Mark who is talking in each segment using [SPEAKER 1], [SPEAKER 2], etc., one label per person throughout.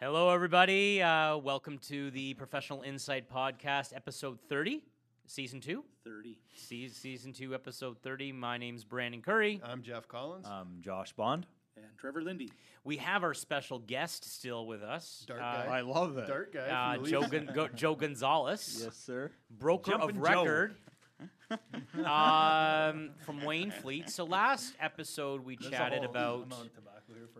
[SPEAKER 1] Hello, everybody. Uh, welcome to the Professional Insight Podcast, episode 30, season two.
[SPEAKER 2] 30.
[SPEAKER 1] Se- season two, episode 30. My name's Brandon Curry.
[SPEAKER 3] I'm Jeff Collins.
[SPEAKER 1] Uh,
[SPEAKER 4] Um, Josh Bond.
[SPEAKER 2] And Trevor Lindy.
[SPEAKER 1] We have our special guest still with us.
[SPEAKER 3] Dart
[SPEAKER 1] uh,
[SPEAKER 3] guy.
[SPEAKER 4] I love it.
[SPEAKER 3] Dart guy.
[SPEAKER 1] uh,
[SPEAKER 3] from the
[SPEAKER 1] Joe,
[SPEAKER 3] Leafs.
[SPEAKER 1] Gon- Go- Joe Gonzalez,
[SPEAKER 4] Yes, sir.
[SPEAKER 1] broker
[SPEAKER 4] Jumpin'
[SPEAKER 1] of
[SPEAKER 4] Joe.
[SPEAKER 1] record um, from Wayne Fleet. So last episode we chatted about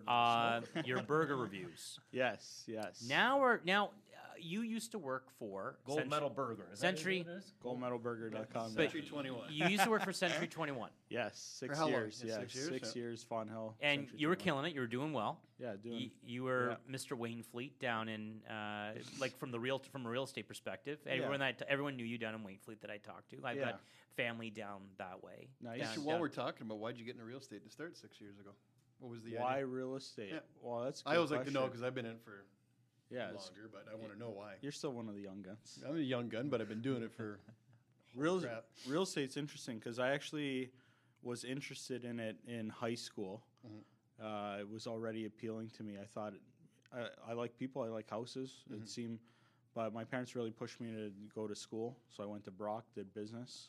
[SPEAKER 1] uh, your burger reviews.
[SPEAKER 4] Yes, yes.
[SPEAKER 1] Now we're now uh, you used to work for
[SPEAKER 5] Gold
[SPEAKER 1] Century-
[SPEAKER 5] medal burger. Is
[SPEAKER 1] Century-
[SPEAKER 5] That what it is?
[SPEAKER 4] goldmedalburger.com.
[SPEAKER 1] But-
[SPEAKER 3] Century 21.
[SPEAKER 1] You used to work for Century Twenty One,
[SPEAKER 4] yes, six
[SPEAKER 3] how long?
[SPEAKER 4] years.
[SPEAKER 3] Yeah,
[SPEAKER 4] Yeah,
[SPEAKER 3] six years, yeah.
[SPEAKER 4] Fawn Hill.
[SPEAKER 1] and
[SPEAKER 4] Century
[SPEAKER 1] you were
[SPEAKER 4] 21.
[SPEAKER 1] killing it. You were doing well.
[SPEAKER 4] Yeah, doing.
[SPEAKER 1] You, you were Mr. Wayne Fleet down in, uh, like from the real from a real estate perspective. Everyone that everyone knew you down in Wayne Fleet that I talked to. I've got
[SPEAKER 4] Yeah.
[SPEAKER 1] family down that way.
[SPEAKER 4] Nice.
[SPEAKER 1] down-
[SPEAKER 3] Actually, while
[SPEAKER 1] down-
[SPEAKER 3] we're talking about why'd you get into real estate to start six years ago? What was the
[SPEAKER 4] why
[SPEAKER 3] idea?
[SPEAKER 4] real estate?
[SPEAKER 3] Yeah.
[SPEAKER 4] Well, that's. a
[SPEAKER 3] I
[SPEAKER 4] good
[SPEAKER 3] always like to know
[SPEAKER 4] question.
[SPEAKER 3] because I've been in it for
[SPEAKER 4] Yeah, it's-
[SPEAKER 3] longer, but I want to know why.
[SPEAKER 4] you're still one of the young guns.
[SPEAKER 3] I'm a young gun, but I've been doing it for.
[SPEAKER 4] Real
[SPEAKER 3] crap.
[SPEAKER 4] real estate's interesting because I actually was interested in it in high school. Uh, it was already appealing to me. I thought it, I, I like people. I like houses. It seemed, but my parents really pushed me to go to school. So I went to Brock, did business,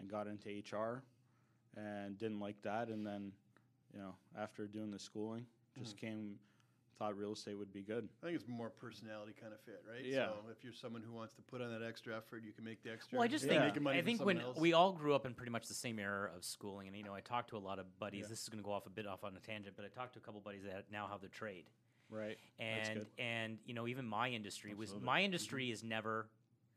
[SPEAKER 4] and got into HR, and didn't like that. And then, you know, after doing the schooling, just came thought real estate would be good.
[SPEAKER 3] I think it's more personality kind of fit, right?
[SPEAKER 4] Yeah.
[SPEAKER 3] So if you're someone who wants to put on that extra effort, you can make the extra.
[SPEAKER 1] Well, I just
[SPEAKER 4] Yeah.
[SPEAKER 3] effort,
[SPEAKER 1] think
[SPEAKER 3] making money
[SPEAKER 1] I
[SPEAKER 3] for
[SPEAKER 1] think
[SPEAKER 3] someone
[SPEAKER 1] when
[SPEAKER 3] else.
[SPEAKER 1] we all grew up in pretty much the same era of schooling, and you know, I talked to a lot of buddies. This is going to go off a bit off on a tangent, but I talked to a couple buddies that now have their trade,
[SPEAKER 4] Right. That's
[SPEAKER 1] and
[SPEAKER 4] good. Mm-hmm.
[SPEAKER 1] and you know, even my industry was my industry is never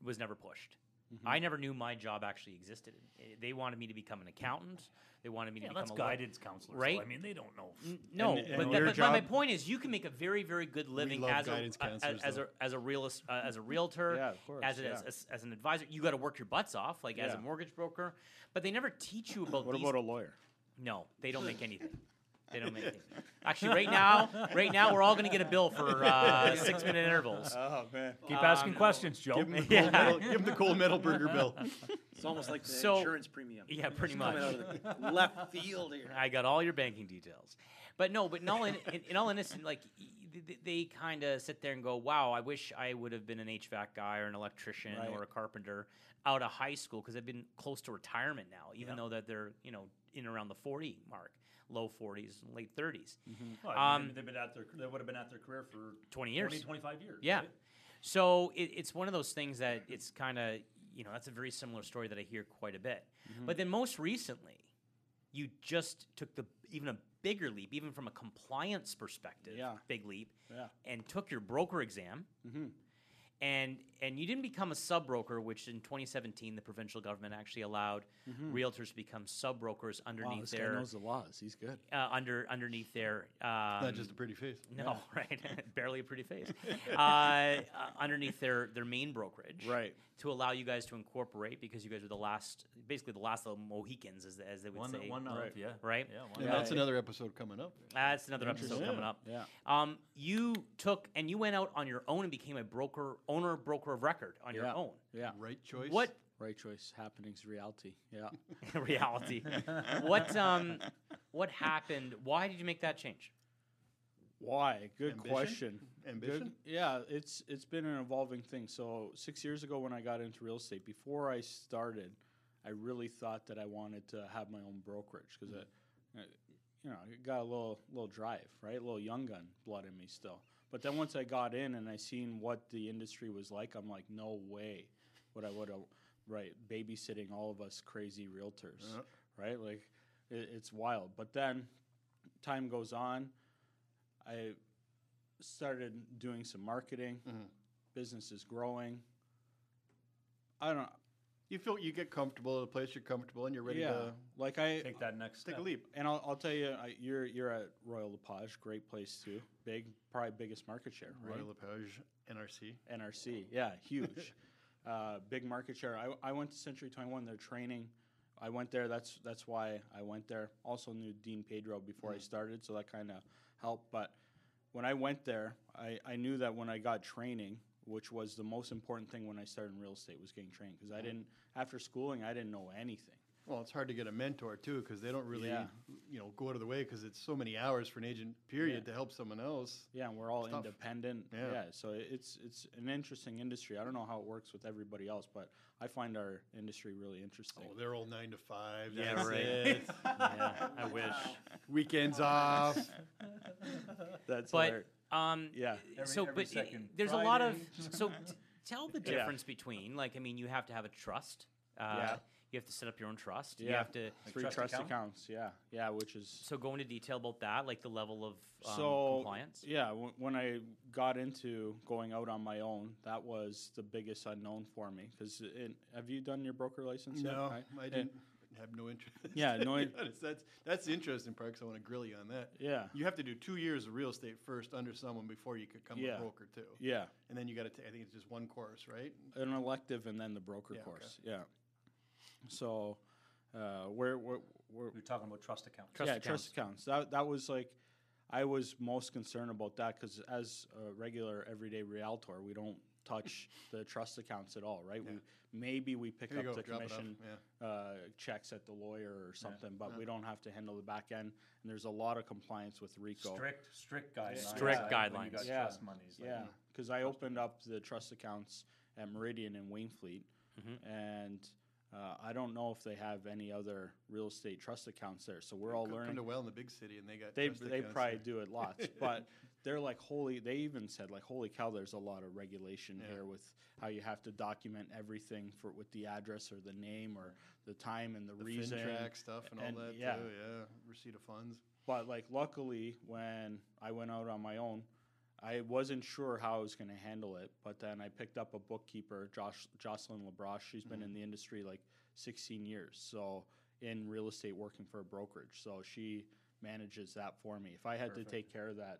[SPEAKER 1] was never pushed. I never knew my job actually existed. Eh, They wanted me to become an accountant. They wanted me
[SPEAKER 5] Yeah,
[SPEAKER 1] to become
[SPEAKER 5] that's
[SPEAKER 1] a lawyer.
[SPEAKER 5] guidance counselors.
[SPEAKER 1] right?
[SPEAKER 5] Right? I mean, they don't know.
[SPEAKER 1] N- No,
[SPEAKER 4] and
[SPEAKER 1] but, that,
[SPEAKER 4] your
[SPEAKER 1] but my- my
[SPEAKER 4] job-
[SPEAKER 1] point is, you can make a very, very good living
[SPEAKER 3] love
[SPEAKER 1] as a,
[SPEAKER 3] guidance
[SPEAKER 1] a- as,
[SPEAKER 3] counselors,
[SPEAKER 1] as a as a realist, uh, as a realtor,
[SPEAKER 4] Yeah, of course,
[SPEAKER 1] as, a-
[SPEAKER 4] yeah.
[SPEAKER 1] as, as as an advisor. You got to work your butts off, like as a
[SPEAKER 4] Yeah.
[SPEAKER 1] mortgage broker. But they never teach you about
[SPEAKER 4] What
[SPEAKER 1] these.
[SPEAKER 4] about a lawyer?
[SPEAKER 1] no, they don't make anything. They don't make anything. Actually, right now, right now, we're all going to get a bill for uh, six minute intervals.
[SPEAKER 4] Oh man.
[SPEAKER 5] Keep
[SPEAKER 2] Um,
[SPEAKER 5] asking questions, Joe.
[SPEAKER 3] give, him the gold medal, give him the gold medal burger bill.
[SPEAKER 2] It's almost like the
[SPEAKER 1] So-
[SPEAKER 2] insurance premium.
[SPEAKER 1] Yeah, pretty
[SPEAKER 2] It's coming
[SPEAKER 1] much.
[SPEAKER 2] out of the left field here.
[SPEAKER 1] I got all your banking details. But no, but in all in, in, in all innocence, like y- y- they, kind of sit there and go, "Wow, I wish I would have been an HVAC guy or an electrician
[SPEAKER 4] Right.
[SPEAKER 1] or a carpenter out of high school because I've been close to retirement now, even though that they're you know in around the forty mark, low forties, late 30s
[SPEAKER 5] Well, I mean,
[SPEAKER 1] Um,
[SPEAKER 5] they've been at their, they would have been at their career for
[SPEAKER 1] 20
[SPEAKER 5] 20,
[SPEAKER 1] years.
[SPEAKER 5] 25 years.
[SPEAKER 1] Yeah.
[SPEAKER 5] right?
[SPEAKER 1] So it, it's one of those things that it's kind of, you know, that's a very similar story that I hear quite a bit.
[SPEAKER 4] Mm-hmm.
[SPEAKER 1] But then most recently, you just took the even a bigger leap, even from a compliance perspective,
[SPEAKER 4] Yeah.
[SPEAKER 1] big leap,
[SPEAKER 4] Yeah.
[SPEAKER 1] and took your broker exam.
[SPEAKER 4] Mhm.
[SPEAKER 1] And, and you didn't become a sub broker, which in 2017 the provincial government actually allowed
[SPEAKER 4] Mm-hmm.
[SPEAKER 1] realtors to become sub brokers underneath
[SPEAKER 4] Hmm. Wow, this guy
[SPEAKER 1] their
[SPEAKER 4] knows the laws. He's good.
[SPEAKER 1] uh, under underneath their um,
[SPEAKER 3] Not just a pretty face.
[SPEAKER 1] no, right? Barely a pretty face. uh, uh, underneath their their main brokerage,
[SPEAKER 4] Right.
[SPEAKER 1] To allow you guys to incorporate because you guys are the last, basically the last little Mohicans, as, as they would
[SPEAKER 5] One,
[SPEAKER 1] say.
[SPEAKER 5] one of,
[SPEAKER 4] Right.
[SPEAKER 5] yeah.
[SPEAKER 1] Right?
[SPEAKER 5] Yeah, one
[SPEAKER 3] And
[SPEAKER 5] of.
[SPEAKER 3] that's another episode coming up.
[SPEAKER 1] That's another episode coming up.
[SPEAKER 4] Yeah.
[SPEAKER 1] Um, you took and you went out on your own and became a broker, owner, broker of record on your
[SPEAKER 4] Yeah.
[SPEAKER 1] own.
[SPEAKER 4] Yeah.
[SPEAKER 3] Right choice.
[SPEAKER 1] What
[SPEAKER 4] Right choice. Happenings reality. Yeah.
[SPEAKER 1] reality? what um, what happened? Why did you make that change?
[SPEAKER 4] Why? Good
[SPEAKER 3] Ambition?
[SPEAKER 4] question.
[SPEAKER 3] Ambition?
[SPEAKER 4] Good- yeah, it's it's been an evolving thing. So six years ago, when I got into real estate, before I started, I really thought that I wanted to have my own brokerage because
[SPEAKER 3] Mm-hmm.
[SPEAKER 4] I, you know, I got a little little drive, right? A little young gun blood in me still. But then once I got in and I seen what the industry was like, I'm like, no way, what I would have, right? Babysitting all of us crazy realtors,
[SPEAKER 3] Yeah.
[SPEAKER 4] right? Like, it, it's wild. But then time goes on. I started doing some marketing.
[SPEAKER 3] Mhm.
[SPEAKER 4] Business is growing. I don't.
[SPEAKER 3] You feel you get comfortable at a place you're comfortable and you're ready
[SPEAKER 4] yeah,
[SPEAKER 3] to
[SPEAKER 4] like I
[SPEAKER 5] Take that next
[SPEAKER 3] take
[SPEAKER 5] step.
[SPEAKER 3] a leap.
[SPEAKER 4] and I'll, I'll tell you, I, you're you're at Royal Lepage, great place too. Big, probably biggest market share, right?
[SPEAKER 3] Royal Lepage, NRC.
[SPEAKER 4] NRC, yeah, huge, uh, big market share. I, I went to Century Twenty One. Their training, I went there. That's that's why I went there. Also knew Dean Pedro before
[SPEAKER 3] Mm-hmm.
[SPEAKER 4] I started, so that kind of helped. But when I went there, I, I knew that when I got training, which was
[SPEAKER 3] Mm-hmm.
[SPEAKER 4] the most important thing when I started in real estate, was getting trained because I didn't after schooling I didn't know anything.
[SPEAKER 3] Well, it's hard to get a mentor too because they don't really,
[SPEAKER 4] Yeah.
[SPEAKER 3] you know, go out of the way because it's so many hours for an agent period to help someone else.
[SPEAKER 4] Yeah, and we're all
[SPEAKER 3] It's tough.
[SPEAKER 4] independent.
[SPEAKER 3] Yeah.
[SPEAKER 4] Yeah. so i- it's it's an interesting industry. I don't know how it works with everybody else, but I find our industry really interesting.
[SPEAKER 3] Oh, they're all nine to five.
[SPEAKER 1] Yeah,
[SPEAKER 3] that's
[SPEAKER 1] right.
[SPEAKER 3] it. Oh,
[SPEAKER 4] yeah,
[SPEAKER 1] I wish.
[SPEAKER 3] Weekends off.
[SPEAKER 4] that's
[SPEAKER 1] But
[SPEAKER 4] hilar-
[SPEAKER 1] um,
[SPEAKER 4] yeah.
[SPEAKER 5] Every-
[SPEAKER 1] so
[SPEAKER 5] every
[SPEAKER 1] but i-
[SPEAKER 5] second
[SPEAKER 1] there's a lot of
[SPEAKER 5] Friday.
[SPEAKER 1] so t- tell the
[SPEAKER 4] Yeah.
[SPEAKER 1] difference between like I mean you have to have a trust. Uh,
[SPEAKER 4] Yeah.
[SPEAKER 1] You have to set up your own trust. You
[SPEAKER 4] Yeah.
[SPEAKER 1] have to
[SPEAKER 4] three
[SPEAKER 5] trust
[SPEAKER 4] trust,
[SPEAKER 5] account?
[SPEAKER 4] accounts. Yeah, yeah, which is
[SPEAKER 1] so go into detail about that, like the level of um,
[SPEAKER 4] so
[SPEAKER 1] compliance.
[SPEAKER 4] yeah w- when i got into going out on my own that was the biggest unknown for me because have you done your broker license yet
[SPEAKER 3] no,
[SPEAKER 4] Right?
[SPEAKER 3] I
[SPEAKER 4] Yeah.
[SPEAKER 3] didn't have no interest.
[SPEAKER 4] Eh. Yeah,
[SPEAKER 3] to
[SPEAKER 4] no
[SPEAKER 3] be
[SPEAKER 4] in-
[SPEAKER 3] honest. that's that's the interesting part because I want to grill you on that.
[SPEAKER 4] yeah
[SPEAKER 3] You have to do two years of real estate first under someone before you could come
[SPEAKER 4] Yeah.
[SPEAKER 3] a broker too,
[SPEAKER 4] yeah
[SPEAKER 3] and then you got to. I think it's just one course, right?
[SPEAKER 4] an elective and then the broker
[SPEAKER 3] Yeah, okay.
[SPEAKER 4] course yeah so uh where where, where
[SPEAKER 5] We're talking about trust account.
[SPEAKER 1] Trust
[SPEAKER 4] yeah,
[SPEAKER 1] accounts.
[SPEAKER 4] trust accounts. That that was like, I was most concerned about that because as a regular everyday realtor, we don't touch the trust accounts at all, right?
[SPEAKER 3] Yeah.
[SPEAKER 4] We maybe we pick
[SPEAKER 3] Here you
[SPEAKER 4] up
[SPEAKER 3] go,
[SPEAKER 4] the
[SPEAKER 3] drop it off.
[SPEAKER 4] commission
[SPEAKER 3] Yeah.
[SPEAKER 4] uh, checks at the lawyer or something, but we don't have to handle the back end. And there's a lot of compliance with RICO.
[SPEAKER 5] Strict, strict guidelines.
[SPEAKER 1] Strict
[SPEAKER 5] uh, When
[SPEAKER 1] guidelines.
[SPEAKER 5] you got
[SPEAKER 4] Yeah.
[SPEAKER 5] trust monies. like-
[SPEAKER 4] Yeah, because I opened up the trust accounts at Meridian and Waynefleet, and uh, I don't know if they have any other real estate trust accounts there. So we're all
[SPEAKER 3] Co-
[SPEAKER 4] learning.
[SPEAKER 3] Come to well in the big city, and they got
[SPEAKER 4] they
[SPEAKER 3] trust
[SPEAKER 4] they
[SPEAKER 3] accounts
[SPEAKER 4] probably
[SPEAKER 3] there.
[SPEAKER 4] do it lots, but they're like holy. They even said like holy cow, there's a lot of regulation
[SPEAKER 3] Yeah.
[SPEAKER 4] here with how you have to document everything for with the address or the name or the time and the,
[SPEAKER 3] the
[SPEAKER 4] reason.
[SPEAKER 3] FinTrack stuff and,
[SPEAKER 4] and-
[SPEAKER 3] all that
[SPEAKER 4] yeah.
[SPEAKER 3] too. Yeah, receipt of funds.
[SPEAKER 4] But like luckily, when I went out on my own, I wasn't sure how I was going to handle it. But then I picked up a bookkeeper, Josh, Jocelyn LaBrosse. She's been
[SPEAKER 3] Mm-hmm.
[SPEAKER 4] in the industry like 16 years, so in real estate working for a brokerage. So she manages that for me. If I had to take care of that,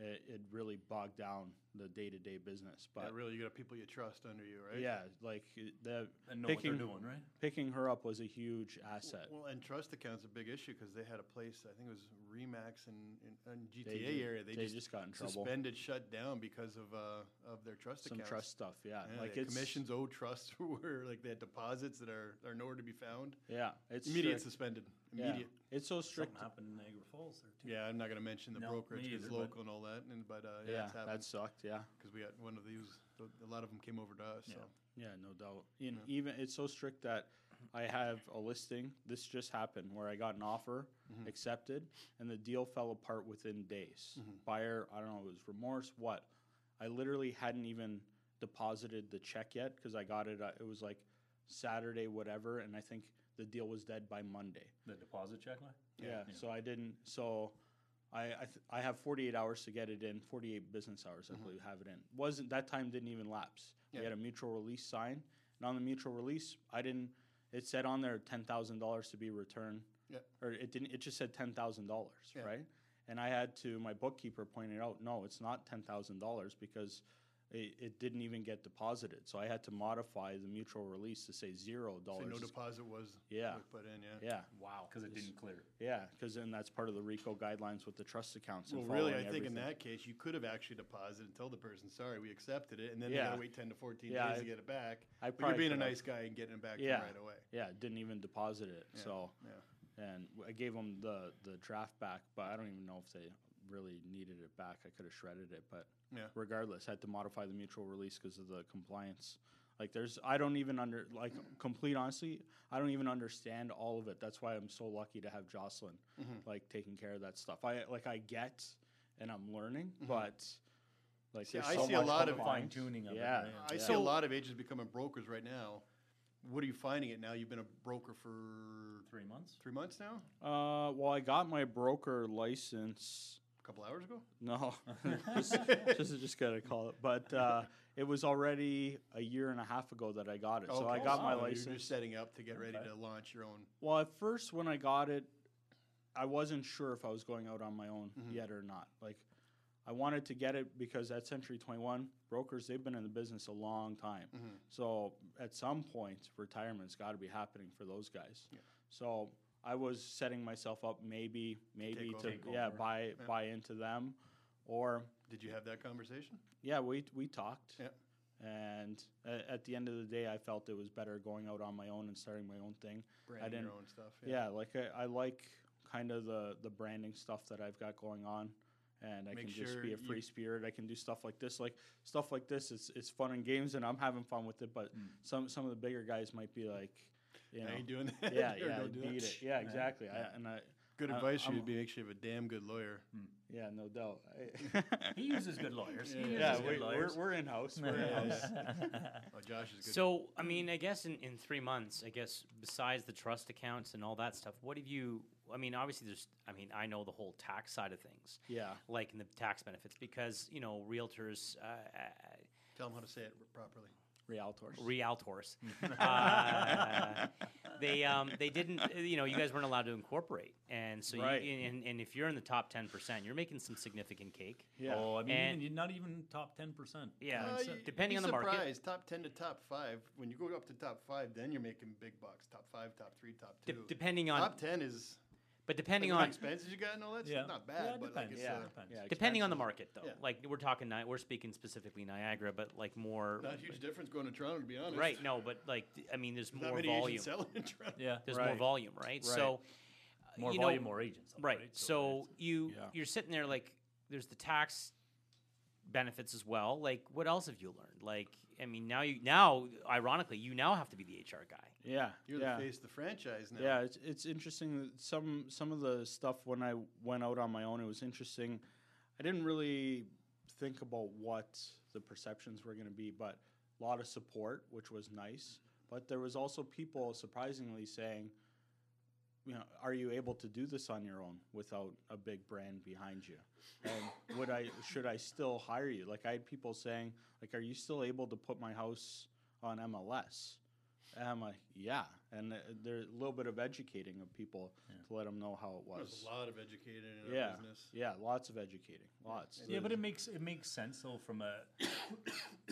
[SPEAKER 4] it, it really bogged down the day to day business.
[SPEAKER 3] But
[SPEAKER 4] But
[SPEAKER 3] really, you got people you trust under you, right?
[SPEAKER 4] yeah, like it- the
[SPEAKER 5] And know
[SPEAKER 4] picking
[SPEAKER 5] what they're doing, right?
[SPEAKER 4] picking her up was a huge asset.
[SPEAKER 3] Well, and trust accounts a big issue because they had a place. I think it was Remax and in, in
[SPEAKER 4] They
[SPEAKER 3] GTA
[SPEAKER 4] ju-
[SPEAKER 3] area. They, just,
[SPEAKER 4] got in trouble.
[SPEAKER 3] suspended, shut down because of uh, of their trust
[SPEAKER 4] Some
[SPEAKER 3] accounts.
[SPEAKER 4] trust stuff, yeah.
[SPEAKER 3] Yeah,
[SPEAKER 4] like
[SPEAKER 3] the
[SPEAKER 4] it's
[SPEAKER 3] commissions owed trusts were like they had deposits that are are nowhere to be found.
[SPEAKER 4] Yeah, it's
[SPEAKER 3] Immediate
[SPEAKER 4] strict.
[SPEAKER 3] suspended.
[SPEAKER 4] Yeah.
[SPEAKER 3] Immediate.
[SPEAKER 4] It's so
[SPEAKER 5] Something
[SPEAKER 4] strict.
[SPEAKER 5] happened in Niagara Falls there too.
[SPEAKER 3] Yeah, I'm not going to mention the
[SPEAKER 5] No,
[SPEAKER 3] brokerage
[SPEAKER 5] me
[SPEAKER 3] 'cause
[SPEAKER 5] either,
[SPEAKER 3] it's
[SPEAKER 5] but-
[SPEAKER 3] local and all that. And but uh, yeah,
[SPEAKER 4] Yeah,
[SPEAKER 3] it's happened
[SPEAKER 4] that sucked. Yeah,
[SPEAKER 3] because we got one of these. A lot of them came over to us. So.
[SPEAKER 4] yeah, no doubt. And even it's so strict that I have a listing. This just happened where I got an offer accepted, and the deal fell apart within days. Buyer, I don't know, it was remorse. What? I literally hadn't even deposited the check yet because I got it. uh, It was like Saturday, whatever, and I think the deal was dead by Monday.
[SPEAKER 5] The deposit check line?
[SPEAKER 4] Yeah. So I didn't. So I I, th- I have 48 hours to get it in. 48 business hours, I believe, have it in. Wasn't that time didn't even lapse.
[SPEAKER 3] Mm-hmm. Yeah.
[SPEAKER 4] We had a mutual release sign, and on the mutual release, I didn't. It said on there ten thousand dollars to be returned.
[SPEAKER 3] Yeah.
[SPEAKER 4] Or it didn't. It just said ten thousand dollars,
[SPEAKER 3] Yeah.
[SPEAKER 4] right? And I had to my bookkeeper pointed out, no, it's not ten thousand dollars because. It, it didn't even get deposited, so I had to modify the mutual release to say zero
[SPEAKER 3] So
[SPEAKER 4] dollars.
[SPEAKER 3] no deposit was
[SPEAKER 4] Yeah.
[SPEAKER 3] was put in. Yeah.
[SPEAKER 4] yeah,
[SPEAKER 5] Wow. Because it didn't clear.
[SPEAKER 4] yeah, because then that's part of the RICO guidelines with the trust accounts.
[SPEAKER 3] Well,
[SPEAKER 4] And
[SPEAKER 3] really, I
[SPEAKER 4] following
[SPEAKER 3] think in
[SPEAKER 4] everything.
[SPEAKER 3] that case, you could have actually deposited and told the person, sorry, we accepted it, and then they
[SPEAKER 4] Yeah.
[SPEAKER 3] gotta wait ten to fourteen
[SPEAKER 4] Yeah,
[SPEAKER 3] days
[SPEAKER 4] I-
[SPEAKER 3] to get it back. But
[SPEAKER 4] I
[SPEAKER 3] you're
[SPEAKER 4] probably
[SPEAKER 3] being a
[SPEAKER 4] could've.
[SPEAKER 3] nice guy and getting it back to
[SPEAKER 4] Yeah.
[SPEAKER 3] them right away.
[SPEAKER 4] Yeah, didn't even deposit it.
[SPEAKER 3] Yeah,
[SPEAKER 4] So,
[SPEAKER 3] yeah.
[SPEAKER 4] and w- I gave them the the draft back, but I don't even know if they really needed it back. I could have shredded it, but
[SPEAKER 3] Yeah.
[SPEAKER 4] regardless, I had to modify the mutual release because of the compliance. Like, there's, I don't even under, like, complete honestly, I don't even understand all of it. That's why I'm so lucky to have Jocelyn,
[SPEAKER 3] Mm-hmm.
[SPEAKER 4] like, taking care of that stuff. I, like, I get and I'm learning, but, like,
[SPEAKER 3] Mm-hmm. See,
[SPEAKER 4] there's
[SPEAKER 3] I
[SPEAKER 4] so
[SPEAKER 3] see a
[SPEAKER 4] much
[SPEAKER 3] lot of-
[SPEAKER 4] compliance.
[SPEAKER 5] Fine-tuning of it,
[SPEAKER 4] yeah,
[SPEAKER 5] right?
[SPEAKER 3] I
[SPEAKER 4] yeah.
[SPEAKER 3] see a lot of agents becoming brokers right now. What are you finding it now? You've been a broker for
[SPEAKER 5] Three months?
[SPEAKER 3] three months now?
[SPEAKER 4] Uh, well, I got my broker license.
[SPEAKER 3] A couple hours ago?
[SPEAKER 4] No, just, just just gotta call it. But uh, it was already a year and a half ago that I got it. so I
[SPEAKER 3] Oh, Okay,
[SPEAKER 4] got my
[SPEAKER 3] so
[SPEAKER 4] license.
[SPEAKER 3] You're just setting up to get ready
[SPEAKER 5] Okay.
[SPEAKER 3] to launch your own.
[SPEAKER 4] Well, at first when I got it, I wasn't sure if I was going out on my own
[SPEAKER 3] Mm-hmm.
[SPEAKER 4] yet or not. Like, I wanted to get it because at Century 21, brokers, they've been in the business a long time.
[SPEAKER 3] mm-hmm.
[SPEAKER 4] So at some point, retirement's got to be happening for those guys. So I was setting myself up maybe, maybe
[SPEAKER 3] over.
[SPEAKER 4] to,
[SPEAKER 5] Take
[SPEAKER 4] yeah,
[SPEAKER 5] over.
[SPEAKER 4] buy, buy into them or
[SPEAKER 3] Did you have that conversation?
[SPEAKER 4] yeah, we we talked.
[SPEAKER 3] Yep.
[SPEAKER 4] And a- at the end of the day, I felt it was better going out on my own and starting my own thing. I
[SPEAKER 3] branding
[SPEAKER 4] didn't.
[SPEAKER 3] your own stuff.
[SPEAKER 4] yeah. like I, I like kind of the the branding stuff that I've got going on, and I
[SPEAKER 3] Make
[SPEAKER 4] can just be
[SPEAKER 3] sure
[SPEAKER 4] a free
[SPEAKER 3] you-
[SPEAKER 4] spirit. I can do stuff like this, like stuff like this. It's it's fun and games, and I'm having fun with it. But
[SPEAKER 3] Mm.
[SPEAKER 4] some some of the bigger guys might be like, you know,
[SPEAKER 3] I ain't doing that.
[SPEAKER 4] yeah,
[SPEAKER 3] Or
[SPEAKER 4] yeah,
[SPEAKER 3] don't do that.
[SPEAKER 4] beat it. Yeah, exactly. I, and I,
[SPEAKER 3] Good
[SPEAKER 4] I-
[SPEAKER 3] advice
[SPEAKER 4] I'm-
[SPEAKER 3] would be make sure you have a damn good lawyer.
[SPEAKER 4] yeah, no doubt.
[SPEAKER 5] He
[SPEAKER 4] I,
[SPEAKER 5] uses good lawyers. He uses
[SPEAKER 4] yeah,
[SPEAKER 5] good
[SPEAKER 4] we, we're
[SPEAKER 5] lawyers.
[SPEAKER 4] we're in house. We're in house.
[SPEAKER 3] Oh, Josh is good.
[SPEAKER 1] So, I mean, I guess in, in three months, I guess besides the trust accounts and all that stuff, what have you? I mean, obviously, there's, I mean, I know the whole tax side of things,
[SPEAKER 4] Yeah.
[SPEAKER 1] like in the tax benefits, because, you know, realtors, uh, uh,
[SPEAKER 3] Tell them how to say it properly.
[SPEAKER 4] Realtors.
[SPEAKER 1] Realtors,
[SPEAKER 3] Ah,
[SPEAKER 1] uh, they, um, they didn't, you know, you guys weren't allowed to incorporate. And so,
[SPEAKER 4] Right.
[SPEAKER 1] you, and, and if you're in the top 10%, you're making some significant cake.
[SPEAKER 4] yeah.
[SPEAKER 5] Oh, I mean,
[SPEAKER 1] And-
[SPEAKER 5] even- you're not even top 10%.
[SPEAKER 1] Yeah.
[SPEAKER 5] Like
[SPEAKER 1] Uh,
[SPEAKER 3] Well,
[SPEAKER 5] so-
[SPEAKER 3] you'd
[SPEAKER 1] depending
[SPEAKER 3] be
[SPEAKER 1] on the market.
[SPEAKER 3] surprised. Top ten to top five. When you go up to top five, then you're making big bucks. Top five, top three, top
[SPEAKER 1] De-
[SPEAKER 3] two.
[SPEAKER 1] depending on,
[SPEAKER 3] top ten is
[SPEAKER 1] but
[SPEAKER 3] like,
[SPEAKER 1] depending
[SPEAKER 3] what
[SPEAKER 1] on,
[SPEAKER 3] expenses you got and all that. Yeah.
[SPEAKER 5] Yeah.
[SPEAKER 3] not bad,
[SPEAKER 5] Yeah, it
[SPEAKER 3] but like
[SPEAKER 5] depends.
[SPEAKER 3] it's
[SPEAKER 4] yeah.
[SPEAKER 5] uh,
[SPEAKER 4] yeah.
[SPEAKER 1] depending on the market
[SPEAKER 4] expensive.
[SPEAKER 1] though.
[SPEAKER 3] Yeah.
[SPEAKER 1] Like we're talking, Ni- we're speaking specifically Niagara, but like more,
[SPEAKER 3] uh, not a huge difference going to Toronto to be honest.
[SPEAKER 1] Right. No, but like, th- I mean, there's
[SPEAKER 3] Not
[SPEAKER 1] more
[SPEAKER 3] many
[SPEAKER 1] volume.
[SPEAKER 3] agents selling in Toronto.
[SPEAKER 5] Yeah.
[SPEAKER 1] There's more
[SPEAKER 4] Right.
[SPEAKER 1] volume, right? So, uh,
[SPEAKER 5] More
[SPEAKER 1] you know-
[SPEAKER 5] volume, more agents.
[SPEAKER 1] right. So you
[SPEAKER 4] Yeah.
[SPEAKER 1] you're sitting there like, there's the tax benefits as well. Like, what else have you learned? Like, I mean, now you now ironically, you now have to be the HR guy.
[SPEAKER 4] Yeah.
[SPEAKER 3] You're
[SPEAKER 4] yeah.
[SPEAKER 3] the face of the franchise now.
[SPEAKER 4] Yeah, it's it's interesting. That some some of the stuff when I went out on my own, it was interesting. I didn't really think about what the perceptions were going to be, but a lot of support, which was nice. But there was also people surprisingly saying, you know, are you able to do this on your own without a big brand behind you? And would I should I still hire you? Like I had people saying, like, are you still able to put my house on MLS? And I'm like, yeah. And uh, there's a little bit of educating of people to let them know how it
[SPEAKER 3] There's
[SPEAKER 4] was.
[SPEAKER 3] a lot of educated in our
[SPEAKER 4] yeah,
[SPEAKER 3] business.
[SPEAKER 4] yeah, lots of educating, lots.
[SPEAKER 5] Yeah, but it makes it makes sense though from a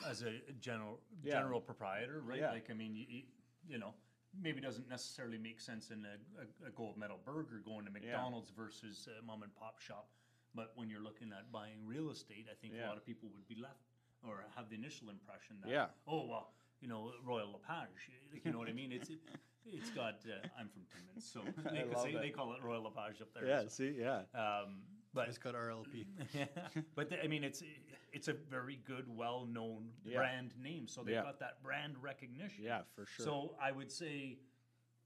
[SPEAKER 5] as a general
[SPEAKER 4] Yeah.
[SPEAKER 5] general proprietor, right?
[SPEAKER 4] Yeah.
[SPEAKER 5] Like I mean, you, you know, maybe doesn't necessarily make sense in a, a, a gold medal burger going to McDonald's versus a mom and pop shop, but when you're looking at buying real estate, I think a
[SPEAKER 4] Yeah.
[SPEAKER 5] lot of people would be left or have the initial impression that
[SPEAKER 4] Yeah.
[SPEAKER 5] oh well, you know, Royal Lepage, you know what I mean? It's it, it's got uh, I'm from Timmins, so they, could
[SPEAKER 4] love
[SPEAKER 5] say,
[SPEAKER 4] it.
[SPEAKER 5] they call it Royal Lepage up there.
[SPEAKER 4] yeah,
[SPEAKER 5] so,
[SPEAKER 4] see, yeah,
[SPEAKER 5] um, but
[SPEAKER 3] It's got RLP.
[SPEAKER 5] but the- I mean, it's it's a very good, well-known
[SPEAKER 4] Yeah.
[SPEAKER 5] brand name, so they've
[SPEAKER 4] Yeah.
[SPEAKER 5] got that brand recognition.
[SPEAKER 4] yeah, for sure.
[SPEAKER 5] So I would say,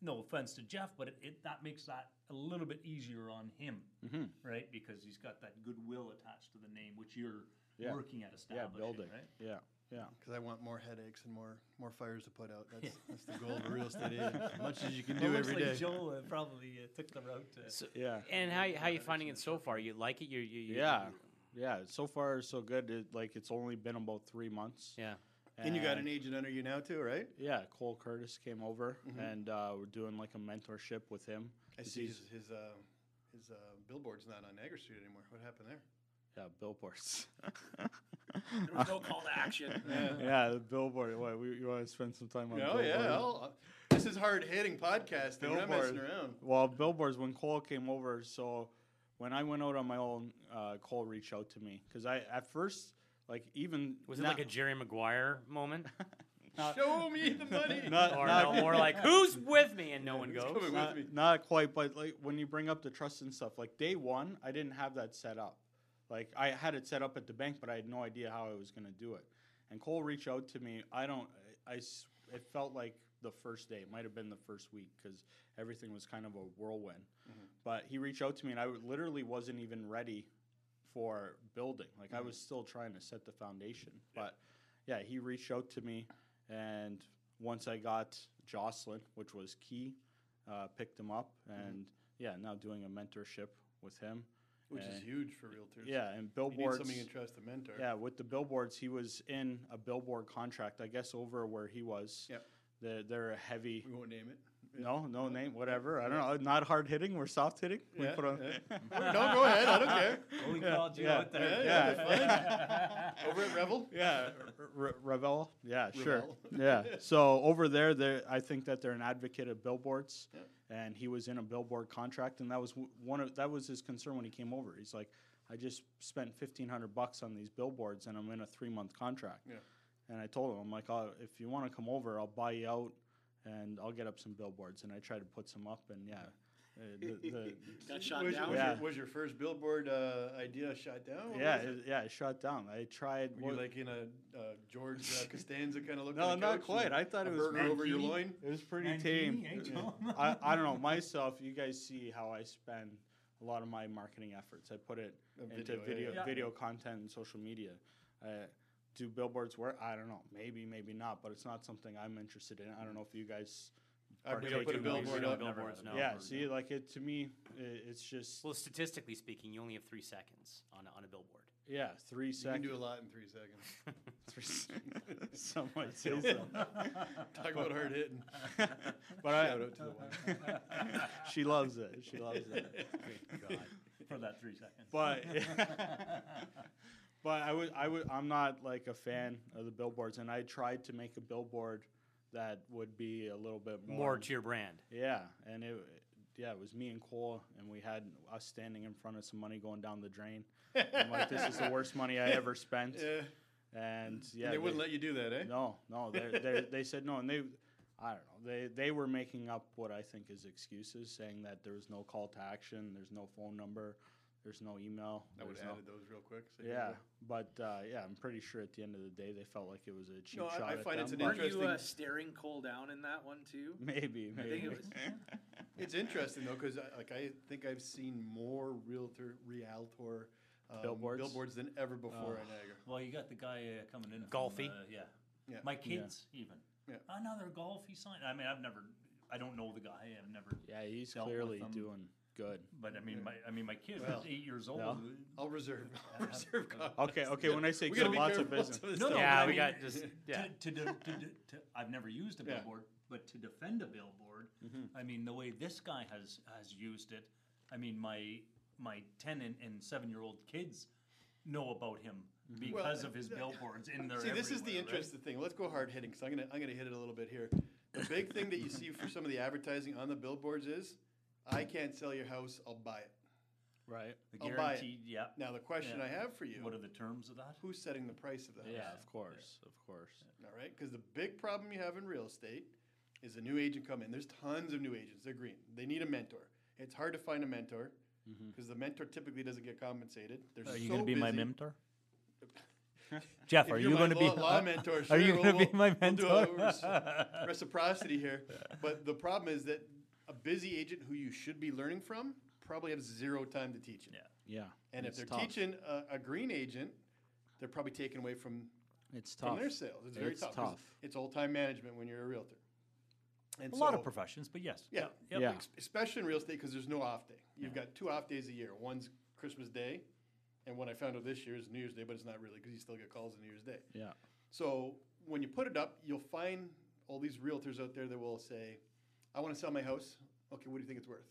[SPEAKER 5] no offense to Jeff, but it, it that makes that a little bit easier on him,
[SPEAKER 4] Mm-hmm.
[SPEAKER 5] right? Because he's got that goodwill attached to the name, which you're
[SPEAKER 4] Yeah.
[SPEAKER 5] working at
[SPEAKER 4] yeah,
[SPEAKER 5] establishing,
[SPEAKER 4] building,
[SPEAKER 5] right?
[SPEAKER 4] yeah, yeah.
[SPEAKER 3] Because I want more headaches and more more fires to put out. That's, that's the goal of a real estate agent. As much as you can do every day.
[SPEAKER 5] Joel uh, probably took the route.
[SPEAKER 4] Yeah,
[SPEAKER 1] And how how you finding it so far? You like it? You you, you
[SPEAKER 4] yeah, yeah. So far, so good. It, like it's only been about three months.
[SPEAKER 1] yeah.
[SPEAKER 3] And you got
[SPEAKER 4] Uh,
[SPEAKER 3] an agent under you now too, right?
[SPEAKER 4] Yeah, Cole Curtis came over,
[SPEAKER 2] Mm-hmm.
[SPEAKER 4] and uh, we're doing like a mentorship with him.
[SPEAKER 3] I
[SPEAKER 4] 'cause
[SPEAKER 3] see his
[SPEAKER 4] he's-
[SPEAKER 3] his, uh, his uh, billboard's not on Niagara Street anymore. What happened there?
[SPEAKER 4] yeah billboards.
[SPEAKER 2] There was no call to action.
[SPEAKER 4] yeah, the billboard. What we, you want to spend some
[SPEAKER 2] Oh,
[SPEAKER 4] time on?
[SPEAKER 3] No, yeah.
[SPEAKER 4] billboards?
[SPEAKER 3] I'll, this is hard hitting podcasting. I'm not messing
[SPEAKER 4] Billboard.
[SPEAKER 3] around.
[SPEAKER 4] Well, billboards when Cole came over. So when I went out on my own, uh, Cole reached out to me because I at first like even
[SPEAKER 1] Was it like a Jerry Maguire moment,
[SPEAKER 3] Show me the money.
[SPEAKER 4] not,
[SPEAKER 1] or
[SPEAKER 4] not-
[SPEAKER 1] no, more like who's with me and no one
[SPEAKER 3] Who's
[SPEAKER 1] goes?
[SPEAKER 3] coming with
[SPEAKER 4] not,
[SPEAKER 3] me?
[SPEAKER 4] not quite, but like when you bring up the trust and stuff, like day one, I didn't have that set up. Like I had it set up at the bank, but I had no idea how I was going to do it. And Cole reached out to me. I don't. I s- it felt like the first day. It might have been the first week because everything was kind of a whirlwind.
[SPEAKER 3] Mm-hmm.
[SPEAKER 4] But he reached out to me, and I w- literally wasn't even ready for building. Like
[SPEAKER 3] Mm-hmm.
[SPEAKER 4] I was still trying to set the foundation. But yeah, he reached out to me, and once I got Jocelyn, which was key, uh, picked him up,
[SPEAKER 3] Mm-hmm.
[SPEAKER 4] and yeah, now doing a mentorship with him.
[SPEAKER 3] Which is
[SPEAKER 4] And-
[SPEAKER 3] huge for realtors.
[SPEAKER 4] uh, Yeah, and
[SPEAKER 3] You need
[SPEAKER 4] billboards.
[SPEAKER 3] somebody you can trust to mentor.
[SPEAKER 4] Yeah, with the billboards, he was in a billboard contract, I guess, over where he was.
[SPEAKER 3] Yep.
[SPEAKER 4] They're, they're a heavy.
[SPEAKER 3] We won't name it.
[SPEAKER 4] No, no name, whatever. I don't know. Not hard hitting. We're soft hitting. We
[SPEAKER 3] Yeah,
[SPEAKER 4] put on.
[SPEAKER 3] yeah. no, go ahead. I don't care.
[SPEAKER 5] we
[SPEAKER 4] Yeah,
[SPEAKER 5] called you
[SPEAKER 4] yeah,
[SPEAKER 5] out there.
[SPEAKER 4] yeah,
[SPEAKER 3] Over at Revel.
[SPEAKER 4] Yeah, R- R- Revel. Yeah, sure.
[SPEAKER 3] Revel.
[SPEAKER 4] Yeah. So over there, there, I think that they're an advocate of billboards,
[SPEAKER 3] Yeah.
[SPEAKER 4] and he was in a billboard contract, and that was w- one of that was his concern when he came over. He's like, I just spent fifteen hundred bucks on these billboards, and I'm in a three month contract.
[SPEAKER 3] Yeah.
[SPEAKER 4] And I told him, I'm like, oh, if you want to come over, I'll buy you out and I'll get up some billboards. And I tried to put some up, and yeah. uh, the, the,
[SPEAKER 2] Got shot
[SPEAKER 3] was,
[SPEAKER 2] down.
[SPEAKER 3] Was,
[SPEAKER 4] Yeah.
[SPEAKER 3] your, was your first billboard uh, idea shot down? What
[SPEAKER 4] yeah,
[SPEAKER 3] was it?
[SPEAKER 4] it, yeah, it shot down. I tried.
[SPEAKER 3] Were you
[SPEAKER 4] what-
[SPEAKER 3] like in a uh, George uh, Costanza kind of look?
[SPEAKER 4] No,
[SPEAKER 3] on the
[SPEAKER 4] not
[SPEAKER 3] couch
[SPEAKER 4] quite.
[SPEAKER 3] and
[SPEAKER 4] I thought
[SPEAKER 3] a
[SPEAKER 4] it was
[SPEAKER 3] burger over your
[SPEAKER 5] Mankini.
[SPEAKER 3] loin.
[SPEAKER 4] It was pretty
[SPEAKER 5] Mankini,
[SPEAKER 4] tame.
[SPEAKER 5] eh,
[SPEAKER 4] Yeah.
[SPEAKER 5] Tom?
[SPEAKER 4] I, I don't know. Myself, you guys see how I spend a lot of my marketing efforts. I put it
[SPEAKER 3] A video,
[SPEAKER 4] into
[SPEAKER 3] yeah,
[SPEAKER 4] video,
[SPEAKER 3] yeah.
[SPEAKER 4] video content and social media. Uh, do billboards work? I don't know. Maybe, maybe not. But it's not something I'm interested in. I don't know if you guys.
[SPEAKER 3] I
[SPEAKER 4] partake
[SPEAKER 3] put a
[SPEAKER 4] in those.
[SPEAKER 3] billboard up.
[SPEAKER 1] Billboards, no.
[SPEAKER 4] yeah. See, like it to me, i it's just
[SPEAKER 1] Well, statistically speaking, you only have three seconds on a, on a billboard.
[SPEAKER 4] yeah, three
[SPEAKER 3] You can
[SPEAKER 4] seconds.
[SPEAKER 3] do a lot in three seconds.
[SPEAKER 4] three sec- Some might say so.
[SPEAKER 3] Talk about hard hitting.
[SPEAKER 4] But I,
[SPEAKER 3] Shout out to the wife.
[SPEAKER 4] she loves it. She loves it.
[SPEAKER 5] for that three seconds.
[SPEAKER 4] But but I would I would I'm not like a fan of the billboards, and I tried to make a billboard that would be a little bit more,
[SPEAKER 1] More to your brand.
[SPEAKER 4] yeah, and it yeah it was me and Cole, and we had us standing in front of some money going down the drain. I'm like, this is the worst money I ever spent,
[SPEAKER 3] Yeah.
[SPEAKER 4] and yeah,
[SPEAKER 3] they, wouldn't let you do that, eh?
[SPEAKER 4] no, no, they they they said no, and they. I don't know. They they were making up what I think is excuses, saying that there was no call to action, there's no phone number, there's no email.
[SPEAKER 3] I would have
[SPEAKER 4] there's no,
[SPEAKER 3] added those real quick. so you
[SPEAKER 4] yeah,
[SPEAKER 3] know.
[SPEAKER 4] but uh, yeah, I'm pretty sure at the end of the day they felt like it was a cheap
[SPEAKER 3] No, I-
[SPEAKER 4] shot.
[SPEAKER 3] I
[SPEAKER 4] at
[SPEAKER 3] find
[SPEAKER 4] them,
[SPEAKER 3] it's an
[SPEAKER 4] but
[SPEAKER 2] Weren't you uh,
[SPEAKER 3] Interesting.
[SPEAKER 2] staring Cole down in that one too?
[SPEAKER 4] maybe
[SPEAKER 2] I
[SPEAKER 4] maybe.
[SPEAKER 2] think it was.
[SPEAKER 3] It's interesting though, because like I think I've seen more realtor realtor um,
[SPEAKER 4] Billboards?
[SPEAKER 3] billboards than ever before
[SPEAKER 4] Oh.
[SPEAKER 3] at Niagara.
[SPEAKER 5] Well, you got the guy uh, coming in.
[SPEAKER 1] Golfy?
[SPEAKER 5] From, uh, yeah.
[SPEAKER 3] Yeah.
[SPEAKER 5] My kids, even. Oh,
[SPEAKER 3] Yeah.
[SPEAKER 5] Another golfy sign. I mean, I've never, I don't know the guy. I've never,
[SPEAKER 4] yeah, he's
[SPEAKER 5] dealt with
[SPEAKER 4] clearly
[SPEAKER 5] them.
[SPEAKER 4] doing good.
[SPEAKER 5] but I mean, my, I mean, my kid
[SPEAKER 3] Well,
[SPEAKER 5] was eight years old.
[SPEAKER 4] no.
[SPEAKER 3] I'll reserve. I'll reserve. comments.
[SPEAKER 4] Okay, okay. When I say
[SPEAKER 3] We
[SPEAKER 4] good,
[SPEAKER 3] gotta be
[SPEAKER 4] lots of
[SPEAKER 3] careful
[SPEAKER 4] business.
[SPEAKER 3] this
[SPEAKER 5] No, no,
[SPEAKER 3] stuff.
[SPEAKER 5] but
[SPEAKER 1] yeah,
[SPEAKER 5] I
[SPEAKER 1] we
[SPEAKER 5] mean,
[SPEAKER 1] got just yeah.
[SPEAKER 5] To, to, de- to, de- to, I've never used a
[SPEAKER 3] Yeah.
[SPEAKER 5] billboard, but to defend a billboard, I mean, the way this guy has has used it, I mean, my my ten and, and seven year old kids know about him because of his billboards in there.
[SPEAKER 3] See, this is the interesting thing. Let's go hard hitting. So I'm gonna I'm gonna hit it a little bit here. The big thing that you see for some of the advertising on the billboards is, "I can't sell your house. I'll buy it."
[SPEAKER 4] Right. Oh,
[SPEAKER 5] The
[SPEAKER 3] I'll buy it.
[SPEAKER 5] guaranteed, yeah.
[SPEAKER 3] Now the question
[SPEAKER 5] Yeah.
[SPEAKER 3] I have for you:
[SPEAKER 5] What are the terms of that?
[SPEAKER 3] Who's setting the price of the house?
[SPEAKER 4] Yeah,
[SPEAKER 5] Yeah.
[SPEAKER 4] of course, of course.
[SPEAKER 3] All right, because the big problem you have in real estate is a new agent come in. There's tons of new agents. They're green. They need a mentor. It's hard to find a mentor because the mentor typically doesn't get compensated. They're so busy.
[SPEAKER 5] mentor? Jeff,
[SPEAKER 3] If you're my
[SPEAKER 5] gonna
[SPEAKER 3] law, law mentor?
[SPEAKER 5] are you
[SPEAKER 3] sure,
[SPEAKER 5] gonna
[SPEAKER 3] we'll-
[SPEAKER 5] be my
[SPEAKER 3] we'll do a
[SPEAKER 5] mentor?
[SPEAKER 3] reci- reciprocity here, but the problem is that a busy agent who you should be learning from probably have zero time to teach it.
[SPEAKER 5] Yeah.
[SPEAKER 4] Yeah.
[SPEAKER 3] And if
[SPEAKER 4] it's
[SPEAKER 3] they're
[SPEAKER 4] tough.
[SPEAKER 3] teaching a, a green agent, they're probably taken away from
[SPEAKER 4] it's tough.
[SPEAKER 3] from their sales. It's very
[SPEAKER 4] It's
[SPEAKER 3] tough. 'cause
[SPEAKER 4] tough.
[SPEAKER 3] It's old time management when you're a realtor. And
[SPEAKER 5] a lot
[SPEAKER 3] so-
[SPEAKER 5] of professions, but yes.
[SPEAKER 3] Yeah,
[SPEAKER 5] Yep.
[SPEAKER 4] Yeah.
[SPEAKER 3] ex- especially in real estate because there's no off day. You've got two off days a year. One's Christmas Day, and what I found out this year is New Year's Day, but it's not really because you still get calls on New Year's Day.
[SPEAKER 4] Yeah.
[SPEAKER 3] So when you put it up, you'll find all these realtors out there that will say, "I want to sell my house. Okay, what do you think it's worth?